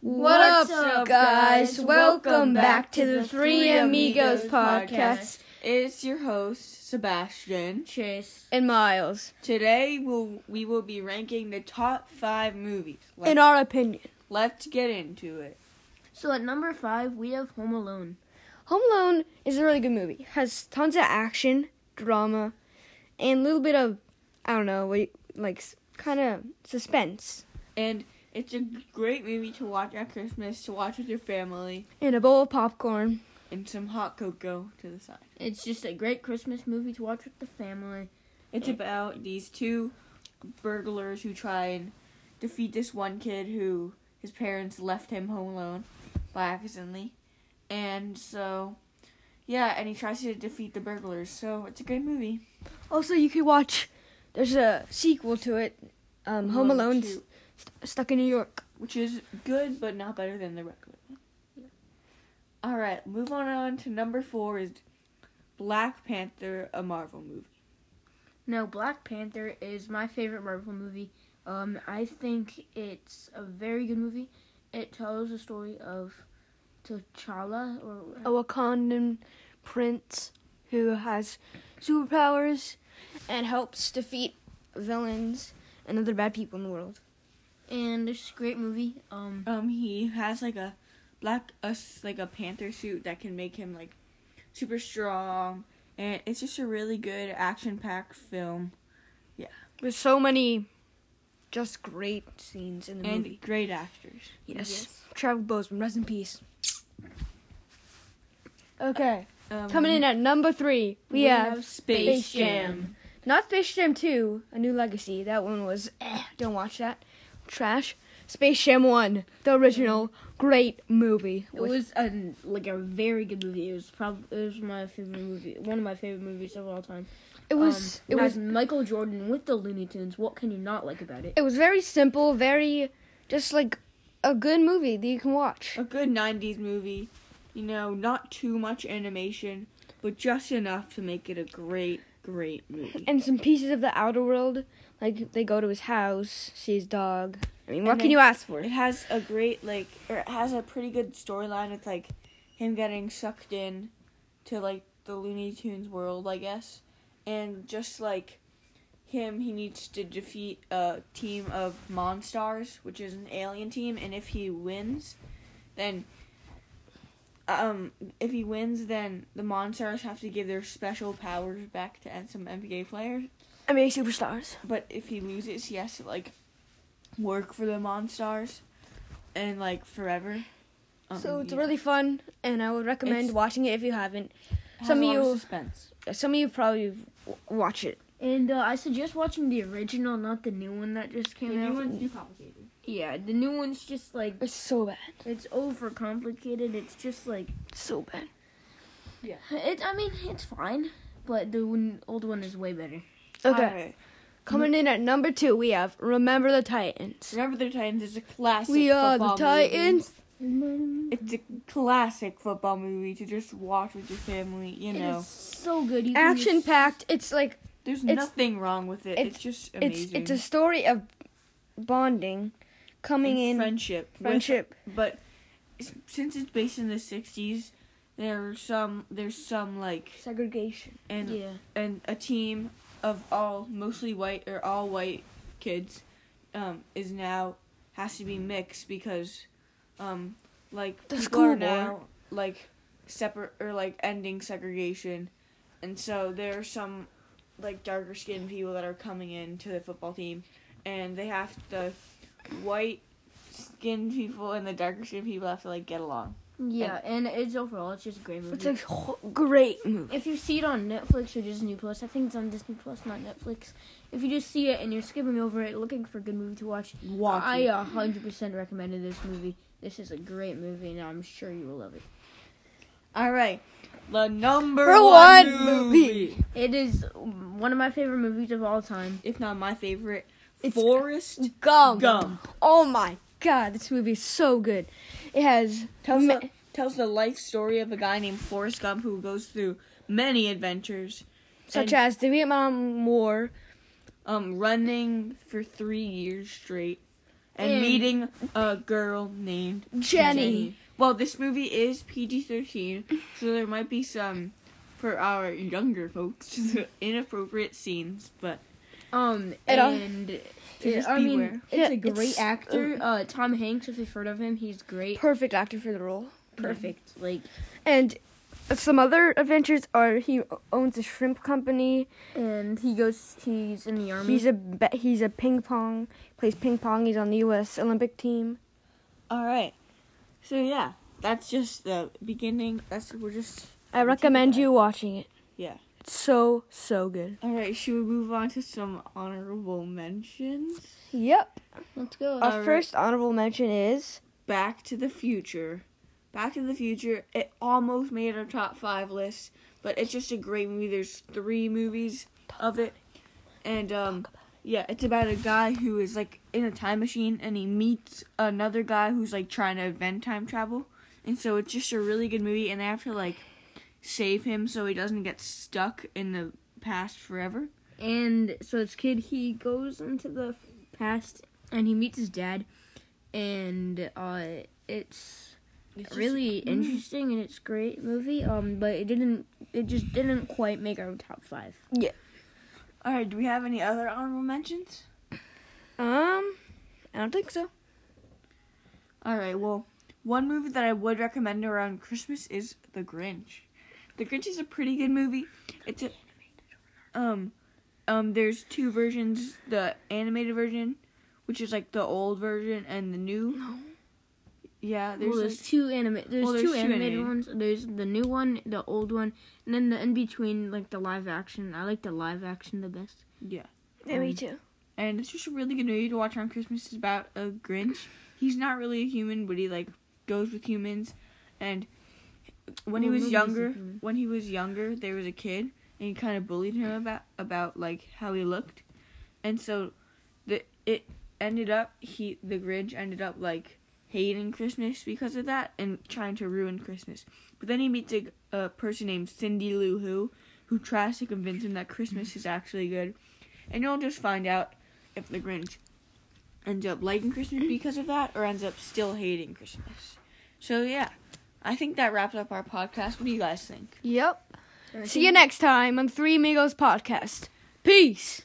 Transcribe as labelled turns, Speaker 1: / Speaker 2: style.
Speaker 1: What's up, guys? Welcome back to the Three Amigos podcast.
Speaker 2: It's your host Sebastian.
Speaker 3: Chase.
Speaker 1: And Miles,
Speaker 2: Today we'll, we will be ranking the top five movies. Let's,
Speaker 1: in our opinion,
Speaker 2: let's get into it.
Speaker 3: So at number five, we have Home Alone.
Speaker 1: Home Alone is a really good movie. It has tons of action, drama, and a little bit of, I don't know, what you- like kind of suspense.
Speaker 2: And it's a great movie to watch at Christmas, to watch with your family,
Speaker 1: And a bowl of popcorn.
Speaker 2: and some hot cocoa to the side.
Speaker 3: It's just a great Christmas movie to watch with the family.
Speaker 2: It's about these two burglars who try and defeat this one kid who his parents left him home alone by accidentally. And so, yeah, and he tries to defeat the burglars. So it's a good movie.
Speaker 1: Also, you could watch. There's a sequel to it, um, Home
Speaker 2: One,
Speaker 1: Alone,
Speaker 2: two,
Speaker 1: St- Stuck in New York.
Speaker 2: which is good, but not better than the regular one. All right, move on on to number four is Black Panther, a Marvel movie.
Speaker 3: Now, Black Panther is my favorite Marvel movie. Um, I think it's a very good movie. It tells the story of T'Challa, or
Speaker 1: A Wakandan prince who has superpowers and helps defeat villains and other bad people in the world.
Speaker 3: and it's a great movie. Um,
Speaker 2: Um, he has like a black us like a panther suit that can make him like super strong, and it's just a really good action-packed film
Speaker 1: With so many just great scenes in the
Speaker 2: and
Speaker 1: movie.
Speaker 2: great actors.
Speaker 1: Yes. Travel Bozeman, rest in peace. Okay,
Speaker 2: Um,
Speaker 1: coming in at number three, we, have,
Speaker 2: Space,
Speaker 1: Space Jam. Not Space Jam 2, A New Legacy. That one was, eh, don't watch that. Trash. Space Jam 1, the original, great movie.
Speaker 3: It
Speaker 1: with-
Speaker 3: was a, like a very good movie. It was probably it was my favorite movie, one of my favorite movies of all time.
Speaker 1: it was,
Speaker 3: Um,
Speaker 1: it was,
Speaker 3: has Michael Jordan with the Looney Tunes. What can you not like about it?
Speaker 1: it was very simple, very, just like a good movie that you can watch.
Speaker 2: A good '90s movie, you know, not too much animation, but just enough to make it a great, great movie.
Speaker 1: And some pieces of the outer world, like they go to his house, see his dog. I mean, what
Speaker 2: And
Speaker 1: can
Speaker 2: they-
Speaker 1: you ask for?
Speaker 2: It has a great like, or it has a pretty good storyline with like him getting sucked in to like the Looney Tunes world, I guess, and just like him, he needs to defeat a team of Monstars, which is an alien team, and if he wins, then um if he wins then the monstars have to give their special powers back to some nba players
Speaker 1: I mean, superstars.
Speaker 2: but if he loses, he has to like work for the Monstars and like forever. Um,
Speaker 1: So it's
Speaker 2: yeah.
Speaker 1: really fun, and I would recommend
Speaker 2: It's-
Speaker 1: watching it if you haven't.
Speaker 2: It has
Speaker 1: some
Speaker 2: a
Speaker 1: of
Speaker 2: lot
Speaker 1: you-
Speaker 2: suspense.
Speaker 1: Some of you probably w- watch it.
Speaker 3: And uh, I suggest watching the original, not the new one that just came out.
Speaker 2: too complicated.
Speaker 3: Yeah, the new one's just like
Speaker 1: It's so bad.
Speaker 3: it's overcomplicated. It's just like
Speaker 1: So bad.
Speaker 3: it. I mean, it's fine, but the one, old one is way better.
Speaker 1: Okay. Coming in at number two, we have Remember the Titans.
Speaker 2: Remember the Titans is a classic.
Speaker 1: We are the
Speaker 2: football
Speaker 1: Titans.
Speaker 2: Movie. It's a classic football movie to just watch with your family. You
Speaker 3: It
Speaker 2: know,
Speaker 3: is so good. You can
Speaker 1: Action
Speaker 3: just-
Speaker 1: packed. It's like
Speaker 2: there's
Speaker 1: it's-
Speaker 2: nothing wrong with it. It's,
Speaker 1: it's-
Speaker 2: just
Speaker 1: it's
Speaker 2: amazing.
Speaker 1: it's a story of bonding, coming
Speaker 2: And
Speaker 1: in
Speaker 2: friendship, with-
Speaker 1: friendship.
Speaker 2: but s- since it's based in the '60s, there's some there's some like
Speaker 1: segregation.
Speaker 2: and
Speaker 3: Yeah.
Speaker 2: and a team of all mostly white or all white kids um, is now has to be mixed because um, like
Speaker 1: The
Speaker 2: people are
Speaker 1: school board.
Speaker 2: now like separate or like ending segregation, and so there are some like darker skinned people that are coming into the football team, and they have the white skinned people and the darker skinned people have to like get along.
Speaker 3: Yeah, and it's overall it's just a great movie.
Speaker 1: It's a wh- great movie.
Speaker 3: if you see it on Netflix or Disney Plus, I think it's on Disney Plus, not Netflix. If you just see it and you're skipping over it, looking for a good movie to watch,
Speaker 2: Watch
Speaker 3: I
Speaker 2: it.
Speaker 3: a hundred percent recommended this movie. This is a great movie, and I'm sure you will love it.
Speaker 2: All right, the number
Speaker 1: For
Speaker 2: one,
Speaker 1: one
Speaker 2: movie.
Speaker 1: movie.
Speaker 3: It is one of my favorite movies of all time.
Speaker 2: if not my favorite,
Speaker 1: It's-
Speaker 2: Forest
Speaker 1: Gum.
Speaker 2: Gum.
Speaker 1: Oh my god, this movie is so good. It has
Speaker 2: Tells
Speaker 1: ma-
Speaker 2: the, tells the life story of a guy named Forrest Gump who goes through many adventures,
Speaker 1: such
Speaker 2: and,
Speaker 1: as the Vietnam War,
Speaker 2: um running for three years straight, and
Speaker 3: And-
Speaker 2: meeting a girl named
Speaker 1: Jenny.
Speaker 2: Well, this movie is PG 13, so there might be some, for our younger folks, inappropriate sscenes, but
Speaker 3: Um,
Speaker 1: It all-
Speaker 3: and
Speaker 2: So just
Speaker 3: I mean,
Speaker 2: beware.
Speaker 3: it's
Speaker 1: Yeah,
Speaker 3: a great
Speaker 1: it's-
Speaker 3: actor. Uh, Tom Hanks, if you've heard of him, he's great.
Speaker 1: Perfect actor for the role.
Speaker 3: Perfect. Like,
Speaker 1: And some other adventures are he owns a shrimp company.
Speaker 3: and he goes. He's in the army.
Speaker 1: He's a ba- he's a ping pong plays ping pong. He's on the U.S. Olympic team.
Speaker 2: All right. So yeah, that's just the beginning. That's we're just
Speaker 1: I recommend you watching it.
Speaker 2: Yeah.
Speaker 1: It's so so good.
Speaker 2: all right. Should we move on to some honorable mentions?
Speaker 1: Yep.
Speaker 3: Let's go.
Speaker 1: Our
Speaker 2: Alright.
Speaker 1: first honorable mention is
Speaker 2: Back to the Future. Back to the Future. It almost made our top five list, but it's just a great movie. There's three movies of it, and um, yeah, it's about a guy who is like in a time machine, and he meets another guy who's like trying to invent time travel, and so it's just a really good movie. And they have to like save him so he doesn't get stuck in the past forever.
Speaker 3: And so this kid, he goes into the past and he meets his dad, and uh, it's really interesting and it's a great movie. Um, but it didn't. It just didn't quite make our top five.
Speaker 2: All right. Do we have any other honorable mentions?
Speaker 1: um I don't think so.
Speaker 2: All right. Well, one movie that I would recommend around Christmas is The Grinch. The Grinch is a pretty good movie. It's a um um there's two versions, the animated version, which is like the old version and the new. Yeah, there's
Speaker 3: well,
Speaker 2: like,
Speaker 3: there's two anime. There's,
Speaker 2: Well, there's
Speaker 3: two
Speaker 2: two
Speaker 3: animated
Speaker 2: animated.
Speaker 3: ones. There's the new one, the old one, and then the in between, like the live action. I like the live action the best.
Speaker 2: yeah.
Speaker 1: Yeah, me too.
Speaker 2: And it's just a really good movie to watch around Christmas. It's about a Grinch. He's not really a human, but he like goes with humans. And when he
Speaker 3: Well,
Speaker 2: was
Speaker 3: nobody's a
Speaker 2: younger,
Speaker 3: human.
Speaker 2: when he was younger, there was a kid, and he kind of bullied him about about like how he looked. And so, the it ended up he the Grinch ended up like hating Christmas because of that and trying to ruin Christmas. But then he meets a, a person named Cindy Lou Who, who tries to convince him that Christmas is actually good. And you'll just find out if the Grinch ends up liking Christmas because of that or ends up still hating Christmas. So, yeah, I think that wraps up our podcast. What do you guys think?
Speaker 1: Yep. See you next time on Three Amigos podcast. Peace.